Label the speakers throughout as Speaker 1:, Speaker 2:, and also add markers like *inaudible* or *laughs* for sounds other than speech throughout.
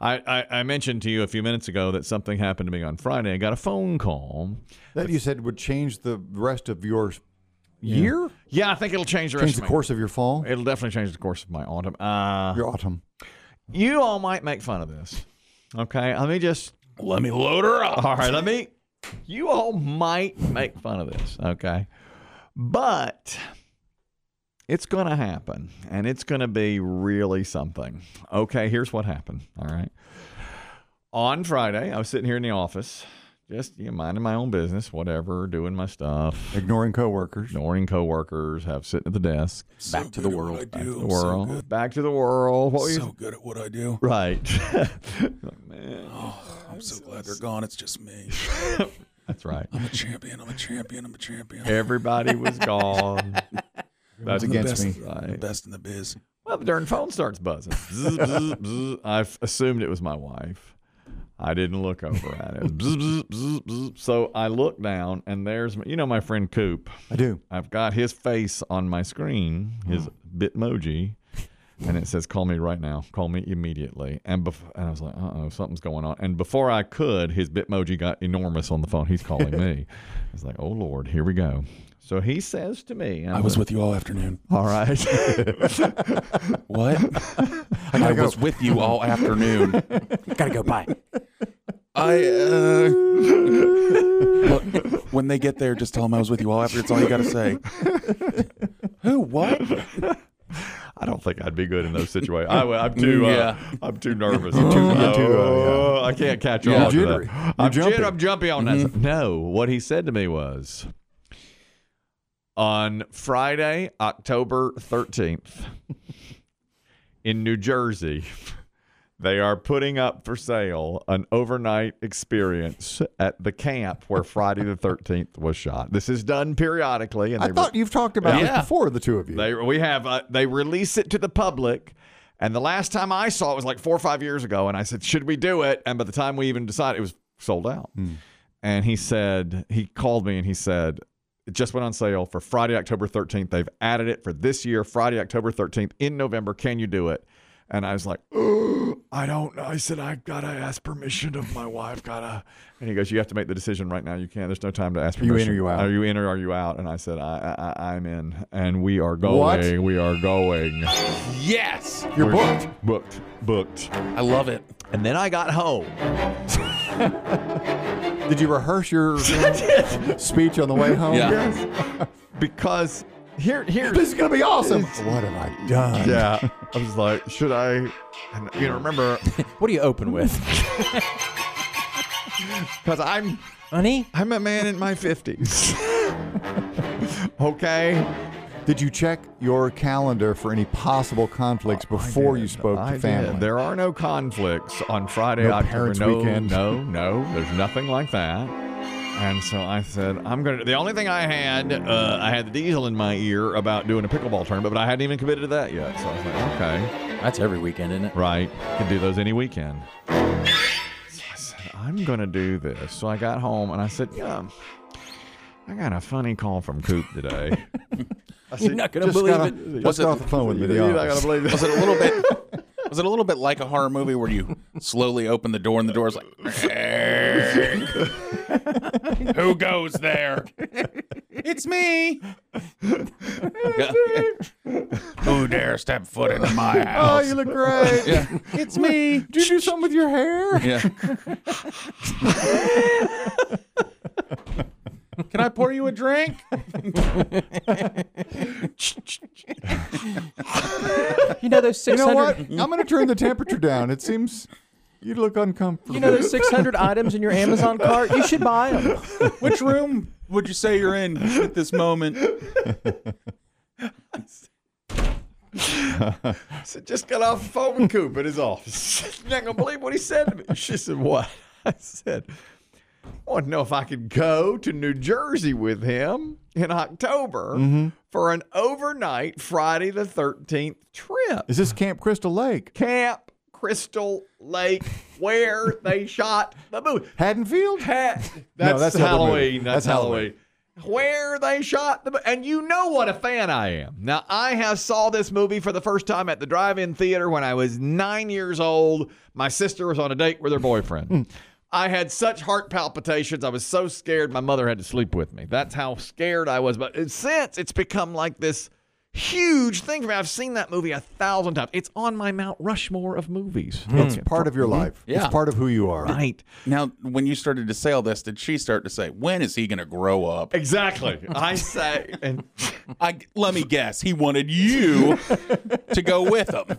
Speaker 1: I, I, I mentioned to you a few minutes ago that something happened to me on Friday. I got a phone call.
Speaker 2: That you said would change the rest of your year,
Speaker 1: Yeah, I think it'll change the rest
Speaker 2: change the
Speaker 1: of my-
Speaker 2: course of your fall,
Speaker 1: It'll definitely change the course of my autumn. Uh,
Speaker 2: your autumn.
Speaker 1: you all might make fun of this. Okay, let me just let me load her up. All right, let me. You all might make fun of this. Okay, but it's going to happen, and it's going to be really something. Okay, here's what happened. All right, on Friday, I was sitting here in the office, just you know, minding my own business, whatever, doing my stuff,
Speaker 2: Ignoring coworkers.
Speaker 1: ignoring coworkers, have sitting at the desk,
Speaker 3: Back to the world.
Speaker 1: back to the world, back to the world. What were you
Speaker 3: So good at what I do.
Speaker 1: right? *laughs*
Speaker 3: I'm so glad they're gone. It's just me.
Speaker 1: That's right.
Speaker 3: I'm a champion. I'm a champion. I'm a
Speaker 1: *laughs*
Speaker 3: champion.
Speaker 1: Everybody was gone. That's
Speaker 3: I'm the
Speaker 2: against
Speaker 3: best,
Speaker 2: me.
Speaker 3: I'm the best in the biz.
Speaker 1: Well, the darn phone starts buzzing. Bzz, bzz, bzz. I f- assumed it was my wife. I didn't look over at it. Bzz, bzz, bzz, bzz. So I look down, and there's my, you know my friend Coop.
Speaker 2: I do.
Speaker 1: I've got his face on my screen, his
Speaker 3: Mm.
Speaker 1: Bitmoji, and it says, "Call me right now. Call me immediately." And bef- and I was like, "Uh oh, something's going on." And before I could, his Bitmoji got enormous on the phone. He's calling
Speaker 3: *laughs*
Speaker 1: me. I was like, "Oh Lord, here we go." So he says to me, and
Speaker 3: I
Speaker 1: I'm
Speaker 3: was
Speaker 1: like,
Speaker 3: with you all afternoon.
Speaker 1: all right."
Speaker 4: *laughs*
Speaker 3: What? I, was with you all afternoon.
Speaker 4: Gotta go. Bye. *laughs*
Speaker 3: I uh, look, when they get there, just tell them I was with you all after. It's all you got
Speaker 4: *laughs*
Speaker 3: to say. Who? What?
Speaker 1: I don't think I'd be good in those situations. I,
Speaker 2: *laughs*
Speaker 1: am too.
Speaker 3: Yeah.
Speaker 1: Uh, I'm too nervous. I'm too.
Speaker 2: you're too, uh,
Speaker 1: I can't catch
Speaker 2: You're
Speaker 1: all of
Speaker 2: jittery.
Speaker 1: that.
Speaker 2: You're
Speaker 1: I'm jit-
Speaker 2: jumpy. Mm-hmm.
Speaker 1: I'm jumpy on that. No, what he said to me was on Friday, October 13th, in New Jersey. They are putting up for sale an overnight experience at the camp where Friday the 13th was shot. This is done periodically. And
Speaker 2: *laughs* I
Speaker 1: they
Speaker 2: thought you've talked about
Speaker 1: Yeah.
Speaker 2: this before, the two of you.
Speaker 1: they we have uh, they release it to the public, and the last time I saw it was like four or five years ago, and I said, "Should we do it?" And by the time we even decided, it was sold out.
Speaker 2: Hmm.
Speaker 1: And he said he called me and he said it just went on sale for Friday, October thirteenth. They've added it for this year, Friday, October thirteenth in November. Can you do it? And I was like, *gasps* I don't know. I said, I gotta ask permission of my wife. Gotta. And he goes, You have to make the decision right now. You can't. There's no time to ask
Speaker 2: you in or
Speaker 1: permission. Oh,
Speaker 2: you out?
Speaker 1: Are you in or are you out? And I said, I, I, I- I'm in. And we are going.
Speaker 2: What?
Speaker 1: We are going.
Speaker 3: Yes,
Speaker 2: You're
Speaker 1: We're
Speaker 2: booked.
Speaker 1: Booked. Booked.
Speaker 3: I love it.
Speaker 1: And then I got *laughs* home.
Speaker 2: Did you
Speaker 1: *laughs*
Speaker 2: rehearse your speech on the way home?
Speaker 3: Yeah.
Speaker 1: Because here, here's.
Speaker 2: This is going to be awesome. What have I done?
Speaker 1: Yeah. I was like, Should I? And, you know, remember,
Speaker 4: What do you open with,
Speaker 1: because I'm.
Speaker 4: honey?
Speaker 1: I'm a man in my 50s. *laughs* okay.
Speaker 2: Did you check your calendar for any possible conflicts before you
Speaker 1: did.
Speaker 2: spoke
Speaker 1: I
Speaker 2: to
Speaker 1: did.
Speaker 2: family?
Speaker 1: There are no conflicts on Friday,
Speaker 2: No
Speaker 1: October.
Speaker 2: parents'
Speaker 1: no,
Speaker 2: weekend.
Speaker 1: no, no. There's nothing like that. And so I said, I'm going to. The only thing I had, uh, I had the diesel in my ear about doing a pickleball tournament, but I hadn't even committed to that yet. So I was like, okay,
Speaker 4: That's every weekend, isn't it?
Speaker 1: right. Can do those any weekend. So I said, I'm going to do this. So I got home and I said, yeah, I got a funny call from Coop
Speaker 2: *laughs*
Speaker 1: today. I said,
Speaker 4: You're not gonna
Speaker 2: Just
Speaker 4: believe
Speaker 2: got
Speaker 4: it.
Speaker 2: Just got off the phone with me. to be
Speaker 1: You're not
Speaker 2: honest.
Speaker 1: gonna believe this.
Speaker 3: Was it a little bit? *laughs* Was it a little bit like a horror movie where you slowly open the door and the door's like, "Who goes there? It's me. *laughs* Who dare step foot into my
Speaker 2: Oh,
Speaker 3: house?
Speaker 2: you look great.
Speaker 3: yeah, it's me.
Speaker 2: Did you do something with your hair?
Speaker 3: Yeah. Can I pour you
Speaker 1: *laughs*
Speaker 3: a drink?
Speaker 4: You know those
Speaker 2: You
Speaker 4: six
Speaker 2: know what?
Speaker 4: hundred.
Speaker 2: I'm going to turn the temperature down. It seems you look uncomfortable.
Speaker 4: You know those six hundred items in your Amazon cart. You should buy them.
Speaker 3: Which room would you say you're in at this moment?
Speaker 1: So just got off the phone with Coop at his office. *laughs* You're not gonna believe what he said to me. She said, What? *laughs* I said, I want to know if I could go to New Jersey with him in October for an overnight Friday the 13th trip.
Speaker 2: Is this Camp Crystal Lake?
Speaker 1: Camp Crystal Lake, where they shot the movie.
Speaker 2: Haddonfield?
Speaker 1: Ha- that's,
Speaker 2: No, that's the other movie.
Speaker 1: Halloween. That's,
Speaker 2: That's Halloween.
Speaker 1: Halloween. where they shot the and you know what a fan I am. Now I have saw this movie for the first time at the drive-in theater when I was 9 years old. My sister was on a date with her
Speaker 2: Hmm.
Speaker 1: boyfriend. I had such heart palpitations. I was so scared my mother had to sleep with me. That's how scared I was. But since it's become like this huge thing for me. I've seen that movie a thousand times. It's on my Mount Rushmore of movies.
Speaker 2: It's part of your life.
Speaker 3: Yeah.
Speaker 2: It's part of who you are.
Speaker 1: Right.
Speaker 3: Now, when you started to say all this, did she start to say, "When is he going to grow up"?
Speaker 1: Exactly. *laughs* I say, and
Speaker 3: I let me guess, he wanted you to go with him.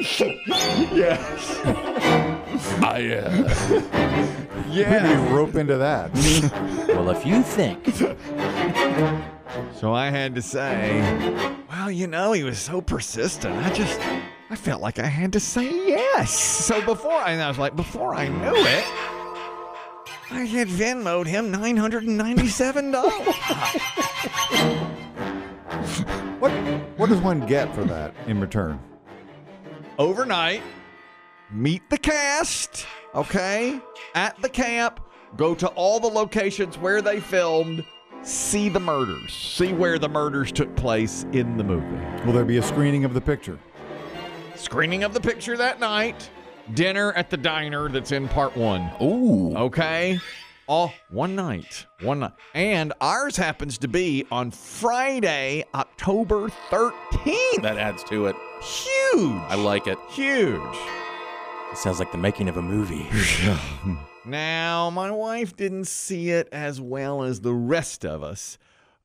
Speaker 1: yes,
Speaker 3: I uh,
Speaker 2: You
Speaker 1: yeah.
Speaker 2: rope into that.
Speaker 5: Well, if you think
Speaker 1: So I had to say, well, you know, he was so persistent. I just, I felt like I had to say yes. So before, and I was like, before I knew it, I had Venmoed him nine hundred and ninety-seven dollars.
Speaker 2: what What does one get for that in return?
Speaker 1: overnight, meet the cast, okay? At the camp, go to all the locations where they filmed, see the murders, see where the murders took place in the movie.
Speaker 2: Will there be a screening of the picture?
Speaker 1: Screening of the picture that night, dinner at the diner that's in part one.
Speaker 3: uh, ooh,
Speaker 1: Okay. All one night. One night. And ours happens to be on Friday, October 13th.
Speaker 3: that adds to it.
Speaker 1: Huge.
Speaker 3: I like it.
Speaker 1: Huge.
Speaker 5: it sounds like the making of
Speaker 1: *laughs*
Speaker 5: a movie.
Speaker 1: Now, my wife didn't see it as well as the rest of us,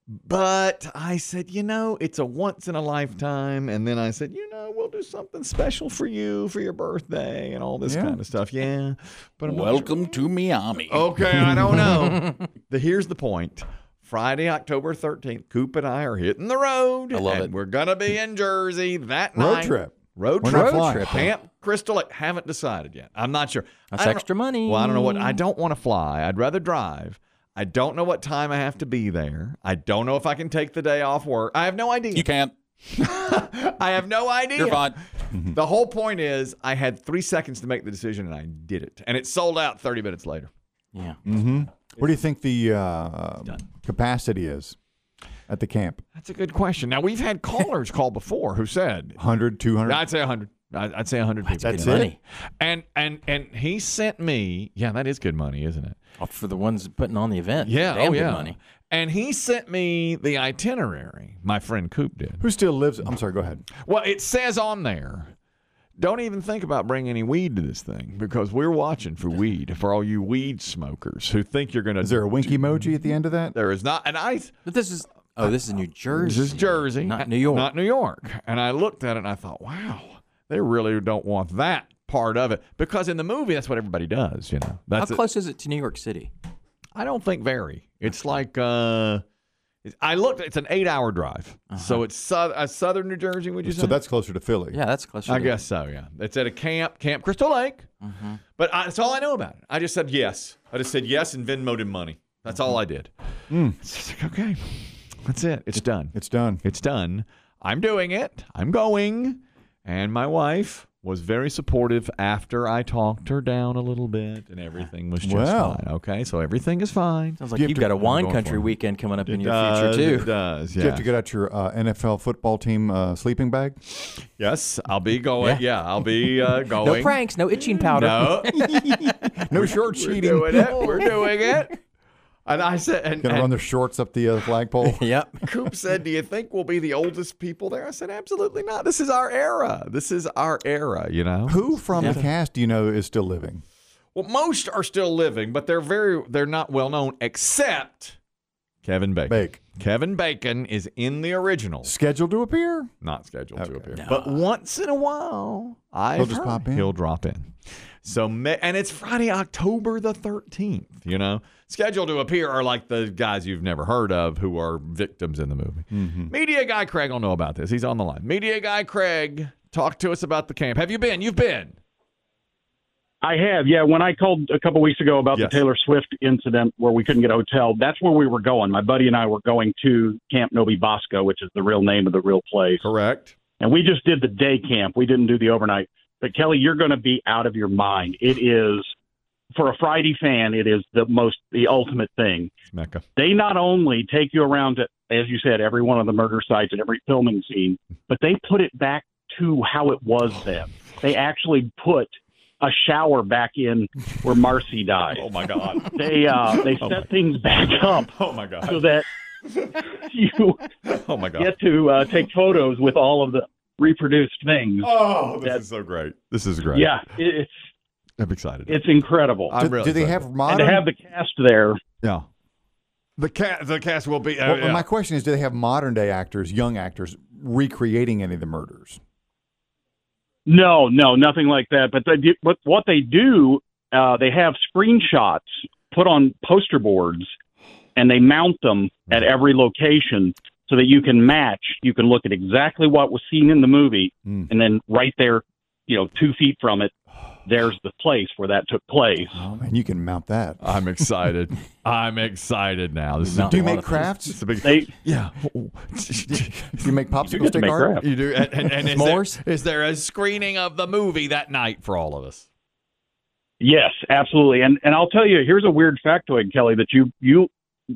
Speaker 1: but I said, you know, it's a once in a lifetime. And then I said, you know, we'll do something special for you for your birthday and all this
Speaker 2: Yeah.
Speaker 1: kind of stuff. Yeah. But I'm not sure-
Speaker 3: Welcome to Miami.
Speaker 1: Okay, I don't know. *laughs* the, here's the point. Friday, October 13th, Coop and I are hitting the road.
Speaker 3: I love
Speaker 1: and
Speaker 3: it.
Speaker 1: We're going to be in Jersey that
Speaker 2: Road
Speaker 1: night.
Speaker 2: trip.
Speaker 1: Road
Speaker 2: We're
Speaker 1: trip.
Speaker 2: not flying.
Speaker 1: Camp Crystal Lake. Haven't decided yet. I'm not sure. I
Speaker 5: That's
Speaker 1: don't-
Speaker 5: extra money. Mm.
Speaker 1: Well, I don't know what. I don't want to fly. I'd rather drive. I don't know what time I have to be there. I don't know if I can take the day off work. I have no idea.
Speaker 3: You can't.
Speaker 1: I have no idea.
Speaker 3: You're fine.
Speaker 1: The whole point is, I had three seconds to make the decision, and I did it. And it sold out 30 minutes later.
Speaker 5: Yeah.
Speaker 2: What do you think the uh, capacity is at the camp?
Speaker 1: That's a good question. Now we've had *laughs* callers call before who said
Speaker 2: 100, 200?
Speaker 1: I'd say 100. I'd I'd say 100 people.
Speaker 2: That's
Speaker 5: Good
Speaker 2: it?
Speaker 5: money.
Speaker 1: And and and he sent me, yeah, that is good money, isn't it?
Speaker 5: Oh, For the ones putting on the event.
Speaker 1: Yeah,
Speaker 5: Damn
Speaker 1: oh
Speaker 5: good
Speaker 1: yeah.
Speaker 5: money.
Speaker 1: And he sent me the itinerary. My friend Coop did.
Speaker 2: Who still lives? I'm sorry, go ahead.
Speaker 1: Well, it says on there, don't even think about bringing any weed to this thing because we're watching for weed for all you weed smokers who think you're going to
Speaker 2: Is there a wink emoji at the end of that?
Speaker 1: There is not and I
Speaker 5: But this is oh, this is New Jersey.
Speaker 1: This is Jersey,
Speaker 5: not New York.
Speaker 1: Not New York. And I looked at it and I thought, wow, they really don't want that part of it because in the movie, that's what everybody does. You know,
Speaker 5: How
Speaker 1: that's it.
Speaker 5: close is it to New York City?
Speaker 1: I don't think very. It's like uh, it's- I looked. It's an eight-hour drive, so it's sou- uh, southern New Jersey. Would you say?
Speaker 2: So that's closer to Philly.
Speaker 5: Yeah, that's close.
Speaker 1: I guess so. Yeah, it's at a camp, Camp Crystal Lake. But I, that's all I know about it. I just said yes. I just said yes and Venmoed him money. That's all I did. It's just like, okay, that's it. It's done.
Speaker 2: It's done.
Speaker 1: It's done. I'm doing it. I'm going. And my wife was very supportive after I talked her down a little bit and everything was just
Speaker 2: Well.
Speaker 1: fine. Okay, so everything is fine.
Speaker 5: Sounds like
Speaker 2: You
Speaker 5: you
Speaker 2: have
Speaker 5: have
Speaker 2: to-
Speaker 5: got a wine
Speaker 1: going for
Speaker 5: country
Speaker 1: it.
Speaker 5: weekend coming up in your
Speaker 1: Does-
Speaker 5: future
Speaker 1: It
Speaker 5: too.
Speaker 1: does,
Speaker 2: Do
Speaker 1: yeah.
Speaker 2: you have to get out your uh, NFL football team uh, sleeping bag?
Speaker 1: yes, I'll be going. Yeah, I'll
Speaker 5: *laughs*
Speaker 1: be uh, going.
Speaker 5: No pranks, no itching powder.
Speaker 1: No, *laughs*
Speaker 2: No
Speaker 1: *laughs*
Speaker 2: short
Speaker 1: we're
Speaker 2: cheating.
Speaker 1: doing it. We're doing it. And I said, and,
Speaker 2: *laughs* Gonna run
Speaker 1: and
Speaker 2: their shorts up the uh,
Speaker 1: *laughs*
Speaker 2: flagpole.
Speaker 5: *laughs* Yep.
Speaker 1: Coop said, "Do you think we'll be the oldest people there?" I said, "Absolutely not. This is our era. This is our era. You know."
Speaker 2: Who from the cast do you know is still living?
Speaker 1: Well, most are still living, but they're very they're not well known except Kevin Bacon.
Speaker 2: Bake.
Speaker 1: Kevin Bacon is in the original,
Speaker 2: Scheduled to appear?
Speaker 1: not scheduled to appear.
Speaker 5: Nah.
Speaker 1: But once in a while, I
Speaker 2: He'll just pop in.
Speaker 1: He'll drop in. So ma- and it's Friday, October the 13th, you know. Scheduled to appear are like the guys you've never heard of who are victims in the movie. Media guy Craig will know about this. He's on the line. Media guy Craig, talk to us about the camp. Have you been? You've been.
Speaker 6: I have, yeah. When I called a couple weeks ago about
Speaker 1: Yes.
Speaker 6: the Taylor Swift incident where we couldn't get a hotel, that's where we were going. My buddy and I were going to Camp Novi Bosco, which is the real name of the real place.
Speaker 1: Correct.
Speaker 6: And we just did the day camp. We didn't do the overnight. But Kelly, you're going to be out of your mind. It is for a Friday fan, it is the most the ultimate thing.
Speaker 1: It's Mecca.
Speaker 6: They not only take you around to, as you said, every one of the murder sites and every filming scene, but they put it back to how it was then. They actually put a shower back in where Marcy died.
Speaker 1: Oh my god.
Speaker 6: They uh, they set things back
Speaker 1: *laughs*
Speaker 6: up
Speaker 1: Oh my god.
Speaker 6: so that *laughs* you
Speaker 1: Oh my god.
Speaker 6: get to uh, take photos with all of the reproduced things.
Speaker 1: Oh, this
Speaker 6: That-
Speaker 1: is so great. This is great.
Speaker 6: Yeah, it, it's
Speaker 1: I'm excited.
Speaker 6: it's incredible.
Speaker 1: I'm
Speaker 2: Do,
Speaker 1: really
Speaker 2: do they
Speaker 1: excited.
Speaker 2: have
Speaker 6: and
Speaker 2: modern?
Speaker 6: to have the cast there,
Speaker 1: Yeah. The cast. The cast will be. Uh,
Speaker 2: Well, My question is, do they have modern day actors, young actors, recreating any of the murders?
Speaker 6: no, no, nothing like that. But they do, but what they do, uh, they have screenshots put on poster boards, and they mount them at every location so that you can match. You can look at exactly what was seen in the movie,
Speaker 2: Mm.
Speaker 6: and then right there, you know, two feet from it, there's the place where that took place.
Speaker 2: Oh man, you can mount that.
Speaker 1: I'm excited. I'm excited now. This is
Speaker 5: Not
Speaker 2: do you
Speaker 5: a lot
Speaker 2: make
Speaker 5: of
Speaker 1: It's *laughs*
Speaker 2: crafts? *laughs*
Speaker 5: things.
Speaker 1: a big
Speaker 6: They
Speaker 1: yeah.
Speaker 2: Do you make
Speaker 6: you
Speaker 2: popsicle
Speaker 6: get to
Speaker 2: stick
Speaker 6: make
Speaker 2: art?
Speaker 6: crap.
Speaker 1: you do, and, and, and is, there,
Speaker 5: S'mores?
Speaker 1: is there a screening of the movie that night for all of us?
Speaker 6: Yes, absolutely. And and I'll tell you, here's a weird factoid, Kelly, that you you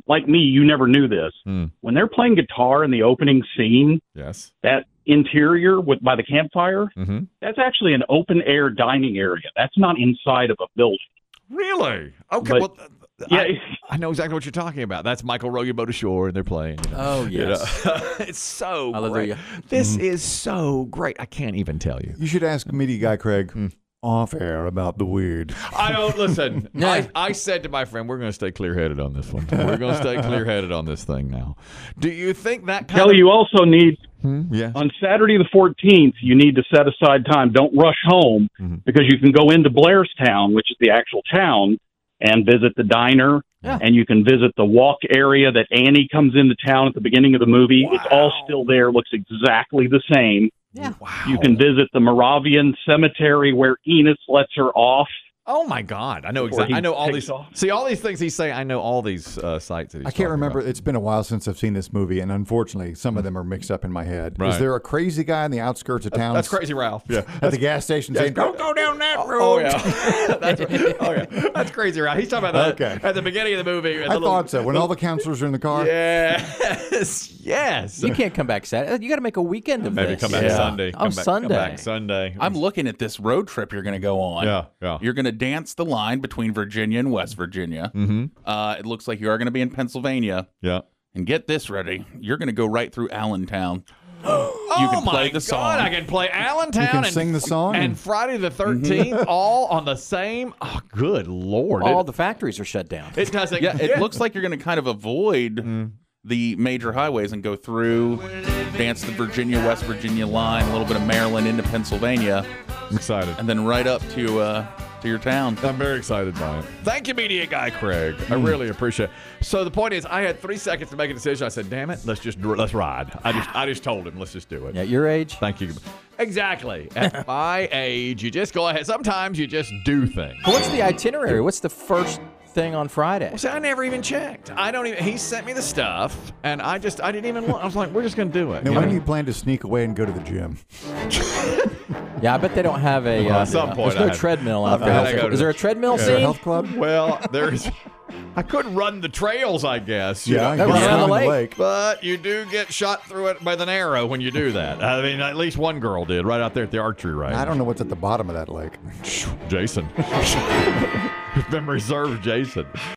Speaker 6: like me, you never knew this.
Speaker 1: Hmm.
Speaker 6: When they're playing guitar in the opening scene,
Speaker 1: Yes.
Speaker 6: that interior with by the campfire,
Speaker 1: Mm-hmm.
Speaker 6: that's actually an open air dining area. That's not inside of a building.
Speaker 1: Really? Okay.
Speaker 6: But-
Speaker 1: well, th- th-
Speaker 6: Yeah,
Speaker 1: I, I know exactly what you're talking about. That's Michael Row to Shore, and they're playing. you know. *laughs*
Speaker 5: Oh
Speaker 1: You know,
Speaker 5: yes.
Speaker 1: it's so
Speaker 5: Hallelujah.
Speaker 1: great. This is so great. I can't even tell
Speaker 2: *laughs*
Speaker 1: you.
Speaker 2: You should ask media guy Craig
Speaker 1: Hmm.
Speaker 2: off air about the weird.
Speaker 1: I don't listen.
Speaker 5: Yeah.
Speaker 1: *laughs* I, I said to my friend, we're going to stay clear headed on this one. We're going to stay clear headed on this thing now. Do you think that kind
Speaker 6: Kelly,
Speaker 1: of.
Speaker 6: you also need
Speaker 1: yeah.
Speaker 6: on Saturday the 14th, you need to set aside time. Don't rush home because you can go into Blairstown, which is the actual town, and visit the diner. And you can visit the walk area that Annie comes into town at the beginning of the movie. It's all still there, looks exactly the same.
Speaker 1: Wow.
Speaker 6: You can visit the Moravian cemetery where Enos lets her off.
Speaker 1: Oh my God! I know
Speaker 6: Before
Speaker 1: exactly.
Speaker 6: he
Speaker 1: I know all
Speaker 6: takes
Speaker 1: these.
Speaker 6: off.
Speaker 1: See all these things he's saying. I know all these uh, sites. That he's
Speaker 2: I can't
Speaker 1: talking
Speaker 2: remember.
Speaker 1: about.
Speaker 2: It's been a while since I've seen this movie, and unfortunately, some of them are mixed up in my head.
Speaker 1: Right.
Speaker 2: Is there a crazy guy in the outskirts of town?
Speaker 1: That's crazy, Ralph. Yeah.
Speaker 2: At the gas station, saying,
Speaker 1: Don't go down that road. *laughs* Oh
Speaker 2: *laughs*
Speaker 1: yeah. *laughs* That's, oh yeah. That's crazy, Ralph. He's talking about that
Speaker 2: Okay.
Speaker 1: at the beginning of the movie. at the
Speaker 2: "I
Speaker 1: little-
Speaker 2: thought so."
Speaker 1: *laughs*
Speaker 2: When all the counselors are in the car,
Speaker 1: Yes. *laughs* Yes.
Speaker 5: You can't come back Saturday. You got to make a weekend of
Speaker 1: Maybe
Speaker 5: this.
Speaker 1: come back
Speaker 2: Yeah.
Speaker 1: Sunday.
Speaker 5: Oh,
Speaker 1: Come back, Come
Speaker 5: Sunday.
Speaker 1: back Sunday.
Speaker 3: I'm looking at this road trip you're going to go on.
Speaker 1: Yeah, yeah.
Speaker 3: You're going to dance the line between Virginia and West Virginia. Mm-hmm. Uh, it looks like you are going to be in Pennsylvania.
Speaker 1: yeah.
Speaker 3: And get this ready. You're going to go right through Allentown.
Speaker 1: Oh
Speaker 3: You can
Speaker 1: my
Speaker 3: play the
Speaker 1: God,
Speaker 3: song.
Speaker 1: I can play Allentown
Speaker 2: you can
Speaker 1: and
Speaker 2: sing the song.
Speaker 1: and Friday the 13th all on the same. Oh, good lord.
Speaker 5: All
Speaker 1: It,
Speaker 5: the factories are shut down.
Speaker 1: *laughs* it doesn't.
Speaker 3: Yeah, it looks like you're going to kind of avoid the major highways and go through, dance the Virginia West Virginia line, a little bit of Maryland into Pennsylvania,
Speaker 1: I'm excited.
Speaker 3: and then right up to uh, to your town.
Speaker 1: I'm very excited by it. Hmm. Thank you, media guy Craig. I really appreciate. it. So the point is, I had three seconds to make a decision. I said, "Damn it, let's just let's ride." I just I just told him, "Let's just do it."
Speaker 5: At your age,
Speaker 1: Thank you. Exactly. *laughs* At my age, you just go ahead. Sometimes you just do things.
Speaker 5: what's the itinerary? What's the first thing on Friday?
Speaker 1: See, I never even checked. I don't even. He sent me the stuff, and I just I didn't even look. I was like, "We're just gonna do it."
Speaker 2: now
Speaker 1: You know?
Speaker 2: when do you plan to sneak away and go to the gym?
Speaker 5: Yeah, I bet they don't have a.
Speaker 1: Well,
Speaker 5: Uh,
Speaker 1: at some point
Speaker 5: there's no
Speaker 1: I had-
Speaker 5: treadmill
Speaker 1: I
Speaker 5: out
Speaker 1: had to go
Speaker 5: there.
Speaker 1: to
Speaker 5: Is there a
Speaker 1: the-
Speaker 5: treadmill
Speaker 2: Is there a
Speaker 5: scene?
Speaker 2: health club?
Speaker 1: Well, there's. *laughs* I could run the trails, I guess. you
Speaker 2: Yeah,
Speaker 1: know,
Speaker 2: you can
Speaker 5: was
Speaker 2: swim
Speaker 5: on the
Speaker 2: in
Speaker 5: lake.
Speaker 1: But you do get shot through it with an arrow when you do that. I mean, at least one girl did right out there at the archery range.
Speaker 2: I don't know what's at the bottom of that lake.
Speaker 1: Jason. Memory serves Jason.